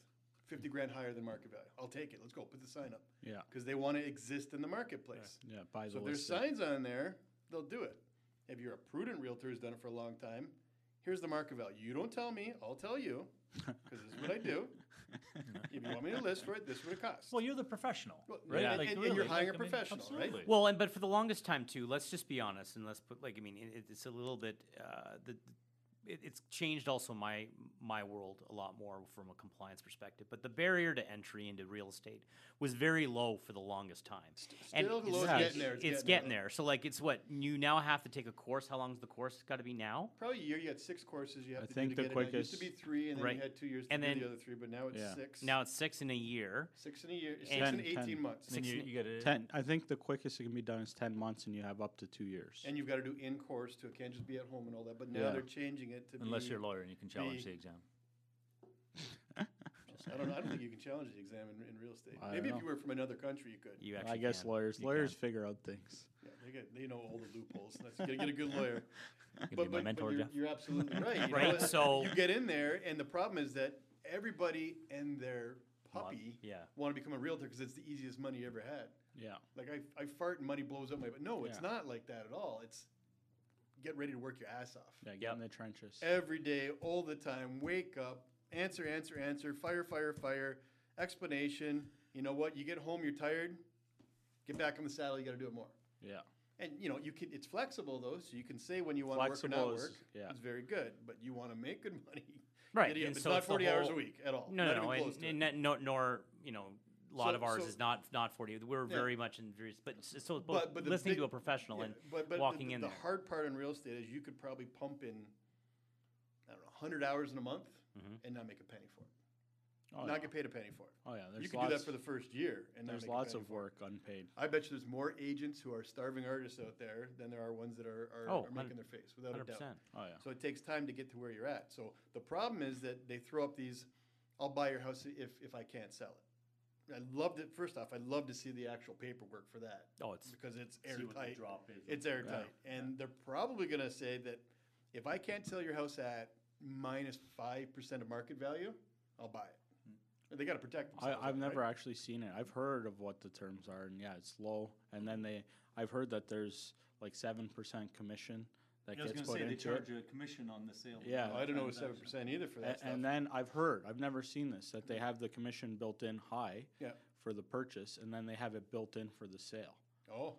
[SPEAKER 3] Fifty grand higher than market value. I'll take it. Let's go put the sign up."
[SPEAKER 4] Yeah.
[SPEAKER 3] Because they want to exist in the marketplace.
[SPEAKER 4] Yeah. By
[SPEAKER 3] So
[SPEAKER 4] the
[SPEAKER 3] if there's
[SPEAKER 4] list.
[SPEAKER 3] signs on there, they'll do it. If you're a prudent realtor who's done it for a long time, here's the market value. You don't tell me, I'll tell you, because this is what I do. if you want me to list for it, this is what it costs.
[SPEAKER 5] Well, you're the professional,
[SPEAKER 3] Well,
[SPEAKER 5] right?
[SPEAKER 3] yeah, and- and you're hiring a
[SPEAKER 5] I mean,
[SPEAKER 3] professional, right?
[SPEAKER 5] absolutely.
[SPEAKER 1] Well, and but for the longest time too, let's just be honest and let's put like I mean it, it's a little bit uh, the it, it's changed also my my world a lot more from a compliance perspective. But the barrier to entry into real estate was very low for the longest time.
[SPEAKER 3] still low, it's
[SPEAKER 1] yeah,
[SPEAKER 3] getting there,
[SPEAKER 1] It's,
[SPEAKER 3] it's
[SPEAKER 1] getting,
[SPEAKER 3] getting
[SPEAKER 1] there. So like it's what you now have to take a course. How long's the course got to be now?
[SPEAKER 3] Probably a year. You had six courses you have
[SPEAKER 4] I
[SPEAKER 3] to
[SPEAKER 4] think
[SPEAKER 3] do
[SPEAKER 4] the
[SPEAKER 3] to get it. It used to
[SPEAKER 4] quickest-
[SPEAKER 3] be three, and then
[SPEAKER 1] Right.
[SPEAKER 3] you had two years to
[SPEAKER 1] And
[SPEAKER 3] do
[SPEAKER 1] then-
[SPEAKER 3] the other three, but now it's
[SPEAKER 4] Yeah.
[SPEAKER 3] six.
[SPEAKER 1] Now it's six in a year.
[SPEAKER 3] six in a year, six
[SPEAKER 1] And-
[SPEAKER 3] in eighteen
[SPEAKER 4] 10.
[SPEAKER 3] months,
[SPEAKER 5] Then you,
[SPEAKER 1] Six-
[SPEAKER 5] you got to
[SPEAKER 4] ten. I think the quickest it can be done is ten months, and you have up to two years.
[SPEAKER 3] and you've got to do in course too. It can't just be at home and all that. But now
[SPEAKER 4] Yeah.
[SPEAKER 3] they're changing it to
[SPEAKER 5] unless
[SPEAKER 3] be-
[SPEAKER 5] you're a lawyer and you can challenge
[SPEAKER 3] the-
[SPEAKER 5] the exam.
[SPEAKER 3] I don't. know, I don't think you can challenge the exam in, in real estate.
[SPEAKER 4] I
[SPEAKER 3] Maybe
[SPEAKER 4] don't
[SPEAKER 3] if you were from another country, you could.
[SPEAKER 1] You actually
[SPEAKER 4] I guess
[SPEAKER 1] can.
[SPEAKER 4] lawyers
[SPEAKER 1] You
[SPEAKER 4] lawyers
[SPEAKER 1] can.
[SPEAKER 4] figure out things.
[SPEAKER 3] Yeah, they, get, they know all the loopholes. That's, you gotta get a good lawyer.
[SPEAKER 5] You
[SPEAKER 3] But,
[SPEAKER 5] can be my
[SPEAKER 3] but- but
[SPEAKER 5] mentor,
[SPEAKER 3] you're,
[SPEAKER 5] Jeff.
[SPEAKER 3] you're absolutely right. you know,
[SPEAKER 1] Right,
[SPEAKER 3] and
[SPEAKER 1] so-
[SPEAKER 3] you get in there, and the problem is that everybody and their puppy
[SPEAKER 1] yeah.
[SPEAKER 3] want to become a realtor because it's the easiest money you ever had.
[SPEAKER 4] Yeah.
[SPEAKER 3] Like I, I fart and money blows up my. But no, it's
[SPEAKER 4] Yeah.
[SPEAKER 3] not like that at all. It's get ready to work your ass off
[SPEAKER 4] Yeah. Get
[SPEAKER 1] Yep.
[SPEAKER 4] in the trenches.
[SPEAKER 3] every day, all the time. Wake up, answer, answer, answer. Fire, fire, fire. Explanation. You know what? You get home, you're tired. Get back on the saddle. You got to do it more.
[SPEAKER 4] Yeah.
[SPEAKER 3] And you know, you can it's flexible though, so you can say when you want to work or not
[SPEAKER 4] Flexible is-
[SPEAKER 3] work.
[SPEAKER 4] yeah.
[SPEAKER 3] It's very good, but you want to make good money.
[SPEAKER 1] Right,
[SPEAKER 3] giddy up.
[SPEAKER 1] and
[SPEAKER 3] It's
[SPEAKER 1] so
[SPEAKER 3] not
[SPEAKER 1] it's the
[SPEAKER 3] forty hours a
[SPEAKER 1] whole-
[SPEAKER 3] week at all.
[SPEAKER 1] No,
[SPEAKER 3] not
[SPEAKER 1] no, no,
[SPEAKER 3] even
[SPEAKER 1] and,
[SPEAKER 3] close to it.
[SPEAKER 1] and that- no, nor you know, a lot
[SPEAKER 3] So-
[SPEAKER 1] of ours
[SPEAKER 3] so-
[SPEAKER 1] is not not forty. We're
[SPEAKER 3] Yeah.
[SPEAKER 1] very much in various, but s- so both
[SPEAKER 3] But- but the
[SPEAKER 1] listening
[SPEAKER 3] big-
[SPEAKER 1] to a professional
[SPEAKER 3] Yeah,
[SPEAKER 1] and
[SPEAKER 3] but, but
[SPEAKER 1] walking
[SPEAKER 3] the,
[SPEAKER 1] in
[SPEAKER 3] The
[SPEAKER 1] there.
[SPEAKER 3] hard part in real estate is you could probably pump in, I don't know, hundred hours in a month
[SPEAKER 1] Mhm.
[SPEAKER 3] and not make a penny for it.
[SPEAKER 4] Oh,
[SPEAKER 3] not
[SPEAKER 4] yeah.
[SPEAKER 3] get paid a penny for it.
[SPEAKER 4] Oh, yeah. There's
[SPEAKER 3] you could
[SPEAKER 4] lots,
[SPEAKER 3] do that for the first year and not
[SPEAKER 4] there's
[SPEAKER 3] make a
[SPEAKER 4] lots
[SPEAKER 3] penny
[SPEAKER 4] of
[SPEAKER 3] for it.
[SPEAKER 4] work unpaid.
[SPEAKER 3] I bet you there's more agents who are starving artists out there than there are ones that are, are,
[SPEAKER 1] Oh,
[SPEAKER 3] are
[SPEAKER 1] hun-
[SPEAKER 3] making their face, without
[SPEAKER 1] hundred
[SPEAKER 3] a doubt.
[SPEAKER 1] percent.
[SPEAKER 4] Oh, yeah.
[SPEAKER 3] So it takes time to get to where you're at. So the problem is that they throw up these, "I'll buy your house if if I can't sell it." I loved it. First off, I love to see the actual paperwork for that
[SPEAKER 1] Oh, it's
[SPEAKER 3] because it's
[SPEAKER 5] See what the
[SPEAKER 3] airtight.
[SPEAKER 5] drop is.
[SPEAKER 3] It's airtight, and they're probably going to say that if I can't sell your house at minus five percent of market value, I'll buy it. They got to protect
[SPEAKER 4] Hmm. I,
[SPEAKER 3] themselves.
[SPEAKER 4] I've
[SPEAKER 3] right?
[SPEAKER 4] never actually seen it. I've heard of what the terms are, and yeah, it's low. And then they, I've heard that there's like seven percent commission that
[SPEAKER 5] I was
[SPEAKER 4] gets
[SPEAKER 5] going to
[SPEAKER 4] put
[SPEAKER 5] say they
[SPEAKER 4] into it.
[SPEAKER 5] charge a commission on the sale. of
[SPEAKER 4] Yeah.
[SPEAKER 5] the
[SPEAKER 3] I don't know what seven
[SPEAKER 5] transaction.
[SPEAKER 3] percent either for
[SPEAKER 4] A-
[SPEAKER 3] that stuff. Mm-hmm.
[SPEAKER 4] and then I've heard, I've never seen this, that they have the commission built in high
[SPEAKER 3] yeah.
[SPEAKER 4] for the purchase, and then they have it built in for the sale.
[SPEAKER 3] Oh.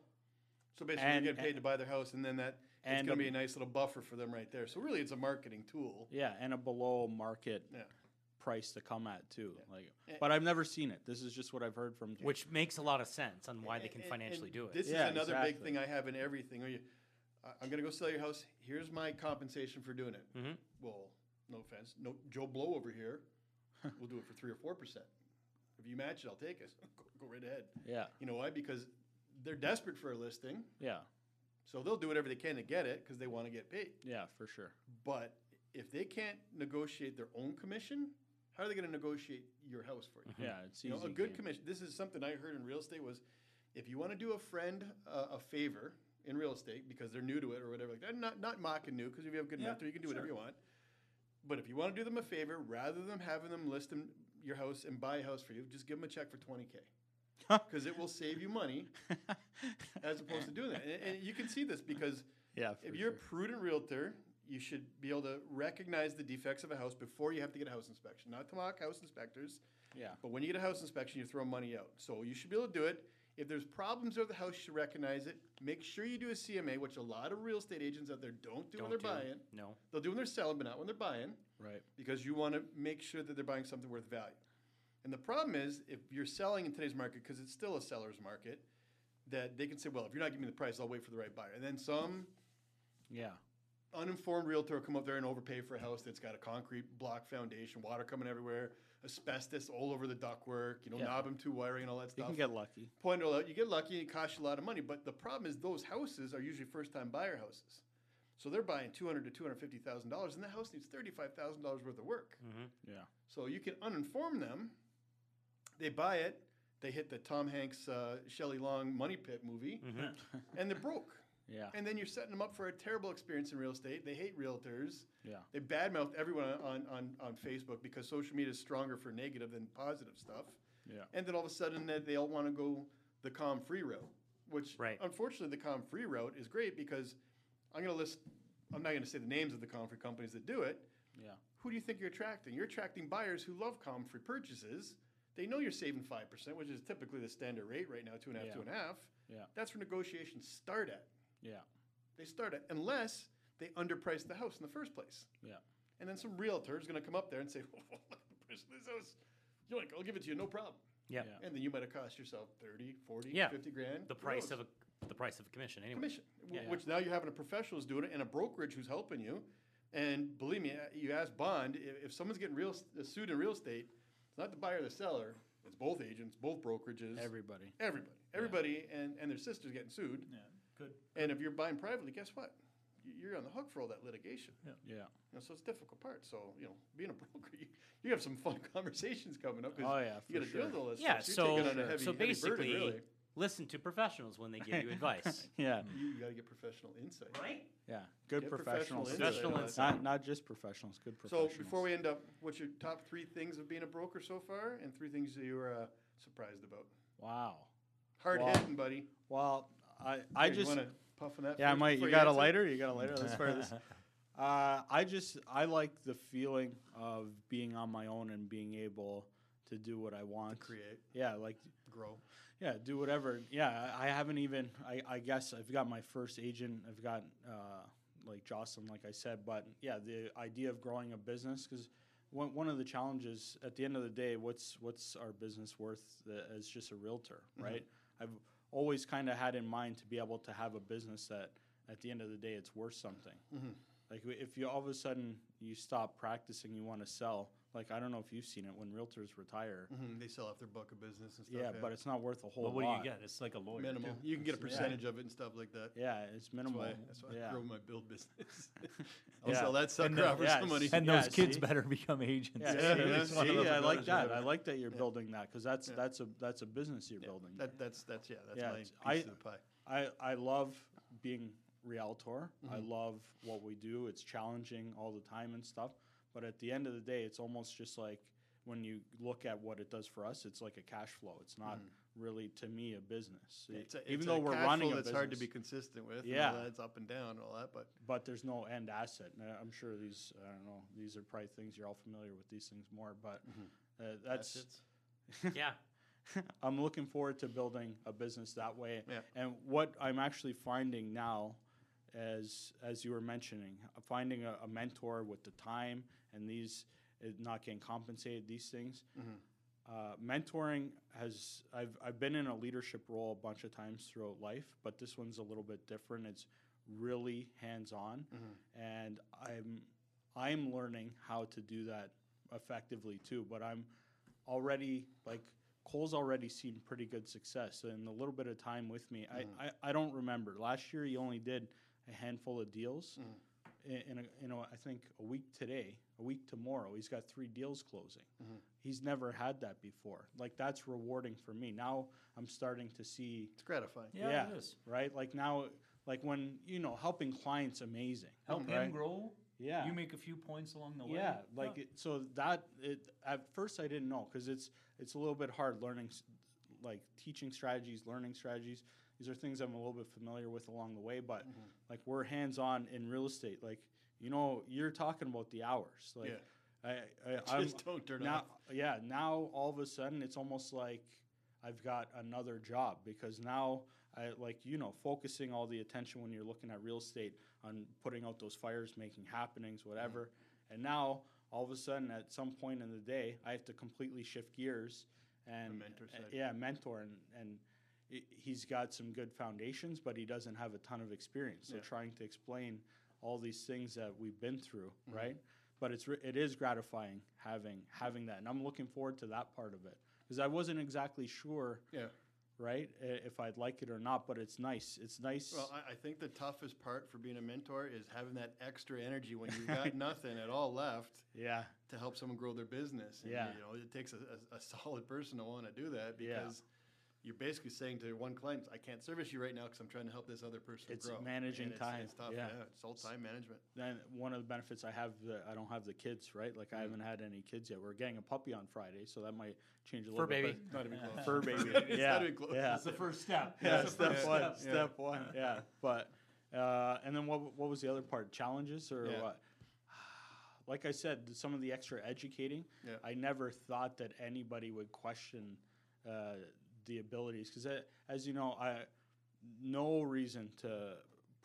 [SPEAKER 3] So basically,
[SPEAKER 4] And-
[SPEAKER 3] you're getting paid
[SPEAKER 4] and-
[SPEAKER 3] to buy their house, and then that it's
[SPEAKER 4] and
[SPEAKER 3] going to
[SPEAKER 4] a-
[SPEAKER 3] be a nice little buffer for them right there. So really, it's a marketing tool.
[SPEAKER 4] Yeah, and a below market
[SPEAKER 3] Yeah.
[SPEAKER 4] price to come at too. Like,
[SPEAKER 3] A-
[SPEAKER 4] but I've never seen it. This is just what I've heard from.
[SPEAKER 1] which makes a lot of sense on why they can
[SPEAKER 3] And-
[SPEAKER 1] financially
[SPEAKER 3] and
[SPEAKER 1] do it.
[SPEAKER 3] This
[SPEAKER 4] Yeah,
[SPEAKER 3] is another big
[SPEAKER 4] exactly.
[SPEAKER 3] thing I have in everything. Are you? I- I'm going to go sell your house. Here's my compensation for doing it.
[SPEAKER 1] Mhm.
[SPEAKER 3] Well, no offense, no Joe Blow over here. we'll do it for three or four percent. If you match it, I'll take it. go, go right ahead.
[SPEAKER 4] Yeah,
[SPEAKER 3] You know why? Because they're desperate for a listing,
[SPEAKER 4] yeah,
[SPEAKER 3] so they'll do whatever they can to get it because they want to get paid.
[SPEAKER 4] yeah, for sure.
[SPEAKER 3] But if they can't negotiate their own commission, how are they going to negotiate your house for you?
[SPEAKER 4] Yeah, it's easy.
[SPEAKER 3] Mm-hmm. You know, a good
[SPEAKER 4] game.
[SPEAKER 3] commission. This is something I heard in real estate was, if you want to do a friend uh, a favor in real estate because they're new to it or whatever like that. Not not mocking new because if you have a good
[SPEAKER 5] Yeah,
[SPEAKER 3] mentor, you can do whatever
[SPEAKER 5] sure.
[SPEAKER 3] you want. But if you want to do them a favor, rather than having them list them your house and buy a house for you, just give them a check for twenty k. Because it will save you money as opposed to doing that. And, and you can see this because
[SPEAKER 4] yeah, for
[SPEAKER 3] if you're
[SPEAKER 4] sure.
[SPEAKER 3] a prudent realtor, you should be able to recognize the defects of a house before you have to get a house inspection. Not to mock house inspectors,
[SPEAKER 4] yeah,
[SPEAKER 3] but when you get a house inspection, you throw money out. So you should be able to do it. If there's problems with the house, you should recognize it. Make sure you do a CMA, which a lot of real estate agents out there don't do when they're
[SPEAKER 1] Don't do.
[SPEAKER 3] buying.
[SPEAKER 1] No,
[SPEAKER 3] They'll do when they're selling, but not when they're buying,
[SPEAKER 4] right.
[SPEAKER 3] because you want to make sure that they're buying something worth value. And the problem is, if you're selling in today's market, because it's still a seller's market, that they can say, well, if you're not giving me the price, I'll wait for the right buyer. And then some
[SPEAKER 4] Yeah,
[SPEAKER 3] uninformed realtor will come up there and overpay for a house that's got a concrete block foundation, water coming everywhere, asbestos all over the ductwork, you know,
[SPEAKER 4] Yeah.
[SPEAKER 3] knob and tube wiring and all that
[SPEAKER 4] you
[SPEAKER 3] stuff.
[SPEAKER 4] can get lucky.
[SPEAKER 3] Point it all out. You get lucky and it costs you a lot of money. But the problem is those houses are usually first time buyer houses. So they're buying two hundred to two hundred fifty thousand dollars, and the house needs thirty five thousand dollars worth of work.
[SPEAKER 1] Mm-hmm.
[SPEAKER 4] Yeah,
[SPEAKER 3] So you can uninform them. They buy it. They hit the Tom Hanks, uh, Shelley Long money pit movie,
[SPEAKER 1] Mm-hmm.
[SPEAKER 3] and they're broke.
[SPEAKER 4] yeah,
[SPEAKER 3] And then you're setting them up for a terrible experience in real estate. They hate realtors.
[SPEAKER 4] yeah,
[SPEAKER 3] They badmouth everyone on, on, on Facebook because social media is stronger for negative than positive stuff.
[SPEAKER 4] yeah.
[SPEAKER 3] And then all of a sudden, they, they all want to go the calm free route, which
[SPEAKER 1] Right.
[SPEAKER 3] unfortunately, the calm free route is great because I'm going to list, I'm not going to say the names of the calm free companies that do it.
[SPEAKER 4] Yeah.
[SPEAKER 3] Who do you think you're attracting? You're attracting buyers who love calm free purchases. They know you're saving 5%, which is typically the standard rate right now, two and a half,
[SPEAKER 4] Yeah.
[SPEAKER 3] two and a half.
[SPEAKER 4] Yeah.
[SPEAKER 3] That's where negotiations start at.
[SPEAKER 4] Yeah,
[SPEAKER 3] They start at, unless they underpriced the house in the first place.
[SPEAKER 4] yeah,
[SPEAKER 3] And then some realtor is going to come up there and say, well, look at the price of this house. You're like, I'll give it to you, no problem.
[SPEAKER 1] yeah,
[SPEAKER 4] Yeah.
[SPEAKER 3] And then you might have cost yourself 30, 40,
[SPEAKER 1] Yeah.
[SPEAKER 3] 50 grand.
[SPEAKER 1] the
[SPEAKER 3] Who
[SPEAKER 1] price
[SPEAKER 3] knows?
[SPEAKER 1] of a the price of a commission anyway.
[SPEAKER 3] commission, w-
[SPEAKER 4] Yeah.
[SPEAKER 3] which now you're having a professional who's doing it and a brokerage who's helping you. And believe me, uh, you ask Bond, if, if someone's getting real a sued in real estate, it's not the buyer or the seller, it's both agents, both brokerages,
[SPEAKER 4] everybody.
[SPEAKER 3] everybody, everybody and, and their sister's getting sued.
[SPEAKER 5] Yeah, good.
[SPEAKER 3] And if you're buying privately, guess what? Y- You're on the hook for all that litigation.
[SPEAKER 4] Yeah.
[SPEAKER 3] You know, so it's a difficult part. So you know, being a broker, you, you have some fun conversations coming up. 'cause
[SPEAKER 4] Oh, yeah,
[SPEAKER 3] you
[SPEAKER 4] for
[SPEAKER 3] got to deal with
[SPEAKER 4] sure.
[SPEAKER 3] all this.
[SPEAKER 1] Yeah,
[SPEAKER 3] stuff. you're
[SPEAKER 1] so
[SPEAKER 3] taking on a heavy,
[SPEAKER 1] so
[SPEAKER 3] heavy burden,
[SPEAKER 1] basically,
[SPEAKER 3] really.
[SPEAKER 1] listen to professionals when they give you advice.
[SPEAKER 4] Yeah,
[SPEAKER 3] you, you got to get professional insight.
[SPEAKER 1] Right?
[SPEAKER 4] yeah. Good
[SPEAKER 3] Get professional
[SPEAKER 4] professionals.
[SPEAKER 3] insight
[SPEAKER 1] Professional
[SPEAKER 3] on it.
[SPEAKER 1] insight.
[SPEAKER 4] Not not just professionals. Good
[SPEAKER 3] So
[SPEAKER 4] professionals.
[SPEAKER 3] before we end up, what's your top three things of being a broker so far, and three things that you were uh, surprised about?
[SPEAKER 4] Wow.
[SPEAKER 3] Hard
[SPEAKER 4] Wow.
[SPEAKER 3] hitting, buddy.
[SPEAKER 4] Well, I I
[SPEAKER 3] Here, you
[SPEAKER 4] just
[SPEAKER 3] wanna puff on that.
[SPEAKER 4] yeah. I
[SPEAKER 3] first
[SPEAKER 4] might.
[SPEAKER 3] before
[SPEAKER 4] You got a
[SPEAKER 3] answer?
[SPEAKER 4] lighter? You got a lighter? Let's fire this. Uh, I just I like the feeling of being on my own and being able to do what I want.
[SPEAKER 3] create,
[SPEAKER 4] Yeah, like
[SPEAKER 3] grow.
[SPEAKER 4] yeah, do whatever. Yeah, I I haven't even. I, I guess I've got my first agent. I've got uh, like Jocelyn, like I said. But yeah, the idea of growing a business because one one of the challenges at the end of the day, what's what's our business worth tha- as just a realtor,
[SPEAKER 5] Mm-hmm.
[SPEAKER 4] right? I've always kind of had in mind to be able to have a business that at the end of the day it's worth something.
[SPEAKER 5] Mm-hmm.
[SPEAKER 4] Like w- if you all of a sudden you stop practicing, you want to sell. Like I don't know if you've seen it when realtors retire.
[SPEAKER 3] Mhm, They sell off their book of business and stuff.
[SPEAKER 4] Yeah, but it's not worth a whole
[SPEAKER 5] Mm-hmm. But what do
[SPEAKER 4] lot.
[SPEAKER 5] you get? It's like a lawyer.
[SPEAKER 3] minimal.
[SPEAKER 5] too.
[SPEAKER 3] You can get a percentage of it and stuff like that.
[SPEAKER 4] Yeah, it's
[SPEAKER 3] That's
[SPEAKER 4] minimal.
[SPEAKER 3] why, that's why I
[SPEAKER 4] yeah.
[SPEAKER 3] grow my build business. I'll
[SPEAKER 4] Yeah.
[SPEAKER 3] sell that sucker
[SPEAKER 5] the-
[SPEAKER 3] out for
[SPEAKER 4] yeah,
[SPEAKER 3] some money.
[SPEAKER 4] and
[SPEAKER 5] And
[SPEAKER 4] Yeah,
[SPEAKER 5] those kids
[SPEAKER 4] see?
[SPEAKER 5] better become agents.
[SPEAKER 4] Yeah,
[SPEAKER 3] Yeah,
[SPEAKER 4] see,
[SPEAKER 3] yeah,
[SPEAKER 4] see,
[SPEAKER 3] one of those
[SPEAKER 4] I like
[SPEAKER 3] brothers or
[SPEAKER 4] that. I
[SPEAKER 3] whatever.
[SPEAKER 4] like that you're building that because that's
[SPEAKER 3] Yeah.
[SPEAKER 4] that's a that's a business you're building.
[SPEAKER 3] That, that's that's yeah. That's
[SPEAKER 4] Yeah,
[SPEAKER 3] my
[SPEAKER 4] it's-
[SPEAKER 3] piece
[SPEAKER 4] I-
[SPEAKER 3] of the pie.
[SPEAKER 4] I I love being realtor. I
[SPEAKER 3] Mm-hmm.
[SPEAKER 4] love what we do. It's challenging all the time and stuff. But at the end of the day, it's almost just like when you look at what it does for us, it's like a cash flow. It's not really to me a business. It-
[SPEAKER 3] Mm. It's a,
[SPEAKER 4] Even
[SPEAKER 3] it's
[SPEAKER 4] though
[SPEAKER 3] a
[SPEAKER 4] we're
[SPEAKER 3] cash
[SPEAKER 4] running
[SPEAKER 3] flow
[SPEAKER 4] a
[SPEAKER 3] that's hard to be
[SPEAKER 4] business,
[SPEAKER 3] consistent with.
[SPEAKER 4] Yeah.
[SPEAKER 3] and all that, it's up and down and all that. But
[SPEAKER 4] but there's no end asset. And I'm sure these I don't know. These are probably things you're all familiar with these things more. But
[SPEAKER 3] Mm-hmm.
[SPEAKER 4] uh, that's.
[SPEAKER 3] assets.
[SPEAKER 1] yeah.
[SPEAKER 4] I'm looking forward to building a business that way.
[SPEAKER 3] Yeah.
[SPEAKER 4] And what I'm actually finding now, as as you were mentioning, finding a, a mentor with the time and these uh, not getting compensated, these things. Uh, mentoring has I've I've been in a leadership role a bunch of times throughout life, but this one's a little bit different. It's really hands on, and I'm I'm learning how to do that effectively too. But I'm already like Cole's already seen pretty good success in the little bit of time with me. I, I, I don't remember last year. He only did a handful of deals. In, in, a, in a, I think a week today, a week tomorrow, he's got three deals closing. He's never had that before. Like that's rewarding for me. Now I'm starting to see
[SPEAKER 3] It's gratifying.
[SPEAKER 5] Yeah, it is.
[SPEAKER 4] right. Like now, like when you know helping clients, amazing.
[SPEAKER 5] Help
[SPEAKER 4] right?
[SPEAKER 5] him grow.
[SPEAKER 4] Yeah.
[SPEAKER 5] You make a few points along the way.
[SPEAKER 4] Yeah, like It, so that it at first I didn't know because it's it's a little bit hard learning, s- like teaching strategies, learning strategies. These are things I'm a little bit familiar with along the way, but like we're hands on in real estate. Like you know, you're talking about the hours. Like I, I I'm-
[SPEAKER 3] Just don't turn
[SPEAKER 4] now,
[SPEAKER 3] off.
[SPEAKER 4] Yeah, now all of a sudden it's almost like I've got another job because now I like you know focusing all the attention when you're looking at real estate on putting out those fires, making happenings, whatever.
[SPEAKER 3] Mm-hmm.
[SPEAKER 4] And now all of a sudden at some point in the day I have to completely shift gears and
[SPEAKER 3] mentor
[SPEAKER 4] uh,
[SPEAKER 3] side.
[SPEAKER 4] yeah, mentor and and i- he's got some good foundations, but he doesn't have a ton of experience. So
[SPEAKER 3] Yeah.
[SPEAKER 4] trying to explain all these things that we've been through, right? But it's re- it is gratifying having having that, and I'm looking forward to that part of it because I wasn't exactly sure,
[SPEAKER 3] Yeah.
[SPEAKER 4] right, i- if I'd like it or not. But it's nice. It's nice.
[SPEAKER 3] Well, I, I think the toughest part for being a mentor is having that extra energy when you've got nothing at all left
[SPEAKER 4] yeah,
[SPEAKER 3] to help someone grow their business. And,
[SPEAKER 4] Yeah.
[SPEAKER 3] You know, it takes a, a, a solid person to want to do that because you're basically saying to one client, I can't service you right now because I'm trying to help this other person
[SPEAKER 4] It's
[SPEAKER 3] grow.
[SPEAKER 4] managing
[SPEAKER 3] And it's,
[SPEAKER 4] time,
[SPEAKER 3] It's tough.
[SPEAKER 4] yeah.
[SPEAKER 3] It's all time management.
[SPEAKER 4] then one of the benefits I have that I don't have the kids, right? Like I haven't had any kids yet. We're getting a puppy on Friday, so that might change a little bit.
[SPEAKER 1] baby.
[SPEAKER 4] but- Fur baby.
[SPEAKER 3] baby. It's
[SPEAKER 4] yeah,
[SPEAKER 3] not even close.
[SPEAKER 4] yeah.
[SPEAKER 5] That's the first step.
[SPEAKER 4] yeah,
[SPEAKER 5] That's the
[SPEAKER 4] step
[SPEAKER 5] first
[SPEAKER 4] one.
[SPEAKER 5] step.
[SPEAKER 4] Step one. Yeah, but uh, and then what? What was the other part? Challenges or
[SPEAKER 3] Yeah.
[SPEAKER 4] what? Like I said, th- some of the extra educating.
[SPEAKER 3] Yeah.
[SPEAKER 4] I never thought that anybody would question uh, the abilities because, as you know, I no reason to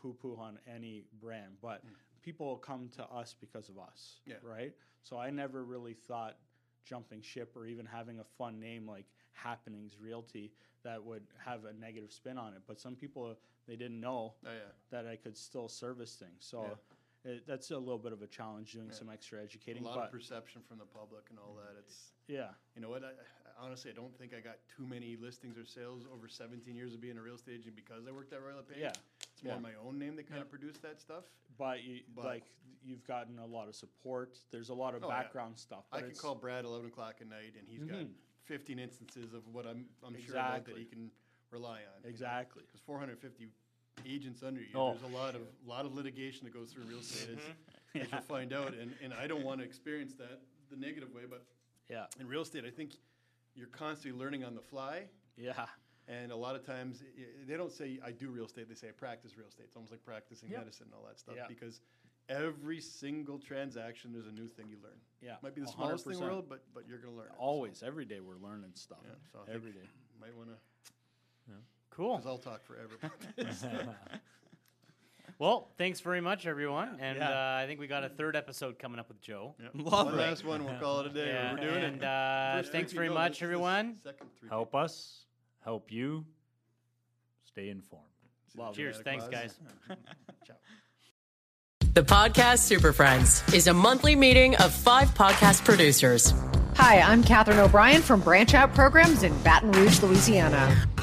[SPEAKER 4] poo-poo on any brand, but people come to us because of us,
[SPEAKER 3] Mm. Yeah.
[SPEAKER 4] right? So I never really thought jumping ship or even having a fun name like Happenings Realty that would have a negative spin on it. But some people they didn't know
[SPEAKER 3] Oh, yeah.
[SPEAKER 4] that I could still service things, so it, that's a little bit of a challenge doing some extra
[SPEAKER 3] A
[SPEAKER 4] educating.
[SPEAKER 3] lot
[SPEAKER 4] but
[SPEAKER 3] of perception from the public and all that. It's
[SPEAKER 4] yeah,
[SPEAKER 3] you know what? I, I honestly, I don't think I got too many listings or sales over 17 years of being a real estate agent because I worked at Royal Page.
[SPEAKER 4] Yeah.
[SPEAKER 3] it's more
[SPEAKER 4] Yeah.
[SPEAKER 3] my own name that kind of produced that stuff.
[SPEAKER 4] but, you,
[SPEAKER 3] But-
[SPEAKER 4] like you've gotten a lot of support. There's a lot of
[SPEAKER 3] Oh, yeah.
[SPEAKER 4] background stuff.
[SPEAKER 3] I
[SPEAKER 4] but
[SPEAKER 3] can
[SPEAKER 4] it's- Mm-hmm.
[SPEAKER 3] call Brad 11 o'clock at night, and he's got 15 instances of what I'm I'm sure about that
[SPEAKER 4] Exactly.
[SPEAKER 3] he can rely on.
[SPEAKER 4] exactly.
[SPEAKER 3] Because 450 agents under you,
[SPEAKER 4] Oh, Mm-hmm.
[SPEAKER 3] there's a lot of lot of litigation that goes through real estate, as, as you'll find out. And and I don't want to experience that the negative way, but
[SPEAKER 4] Yeah,
[SPEAKER 3] in real estate, I think you're constantly learning on the fly.
[SPEAKER 4] yeah.
[SPEAKER 3] And a lot of times, i- i- they don't say I do real estate; they say I practice real estate. It's almost like practicing medicine and all that stuff
[SPEAKER 4] Yeah.
[SPEAKER 3] because Every single transaction, there's a new thing you learn.
[SPEAKER 4] Yeah,
[SPEAKER 3] Might be the smallest thing in the
[SPEAKER 4] 100%.
[SPEAKER 3] world, but, but you're going to learn it.
[SPEAKER 4] Always, every day we're learning stuff.
[SPEAKER 3] Yeah, so I think-
[SPEAKER 4] every day.
[SPEAKER 3] Might want to,
[SPEAKER 1] Cool.
[SPEAKER 3] because I'll talk forever. about that.
[SPEAKER 1] Well, thanks very much, everyone. And
[SPEAKER 4] Yeah.
[SPEAKER 1] uh, I think we got a third episode coming up with Joe.
[SPEAKER 3] Yeah.
[SPEAKER 4] Love
[SPEAKER 3] one
[SPEAKER 4] it.
[SPEAKER 3] last one, we'll call it a day.
[SPEAKER 1] Yeah,
[SPEAKER 3] We're doing
[SPEAKER 1] and
[SPEAKER 3] it.
[SPEAKER 1] Uh,
[SPEAKER 3] First
[SPEAKER 1] thanks
[SPEAKER 3] three-peat.
[SPEAKER 1] very
[SPEAKER 3] No, this
[SPEAKER 1] much,
[SPEAKER 3] is the
[SPEAKER 1] everyone.
[SPEAKER 3] Second three.
[SPEAKER 6] Help us, help you, stay informed.
[SPEAKER 3] Love
[SPEAKER 1] Cheers. Thanks, guys.
[SPEAKER 5] The Podcast Super Friends is a monthly meeting of five podcast producers.
[SPEAKER 7] Hi, I'm Katherine O'Brien from Branch Out Programs in Baton Rouge, Louisiana.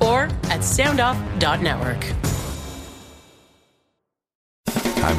[SPEAKER 5] or at soundoff.network.
[SPEAKER 8] I'm